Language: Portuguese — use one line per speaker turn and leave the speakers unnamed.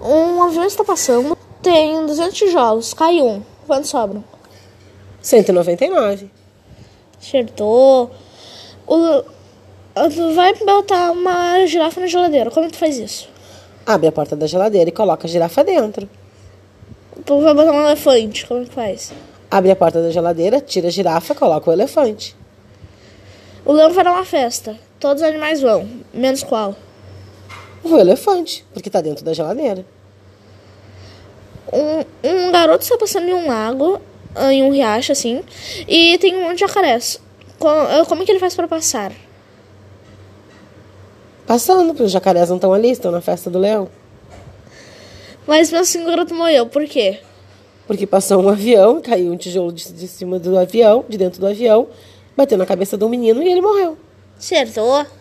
Um avião está passando, tem 200 tijolos, cai um. Quantos sobram?
199.
Acertou. O- o- tu vai botar uma girafa na geladeira. Como tu faz isso?
Abre a porta da geladeira e coloca a girafa dentro.
Tu vai botar um elefante. Como tu faz?
Abre a porta da geladeira, tira a girafa, coloca o elefante.
O leão vai dar uma festa. Todos os animais vão, menos qual?
O elefante, porque tá dentro da geladeira.
um, um garoto está passando em um lago, ah, em um riacho, assim, e tem um monte de jacarés. Co- ah, Como é que ele faz para passar?
Passando, porque os jacarés não estão ali, estão na festa do leão.
Mas meu assim, o garoto morreu, por quê?
Porque passou um avião, caiu um tijolo de, de cima do avião, de dentro do avião, bateu na cabeça do menino e ele morreu.
Acertou.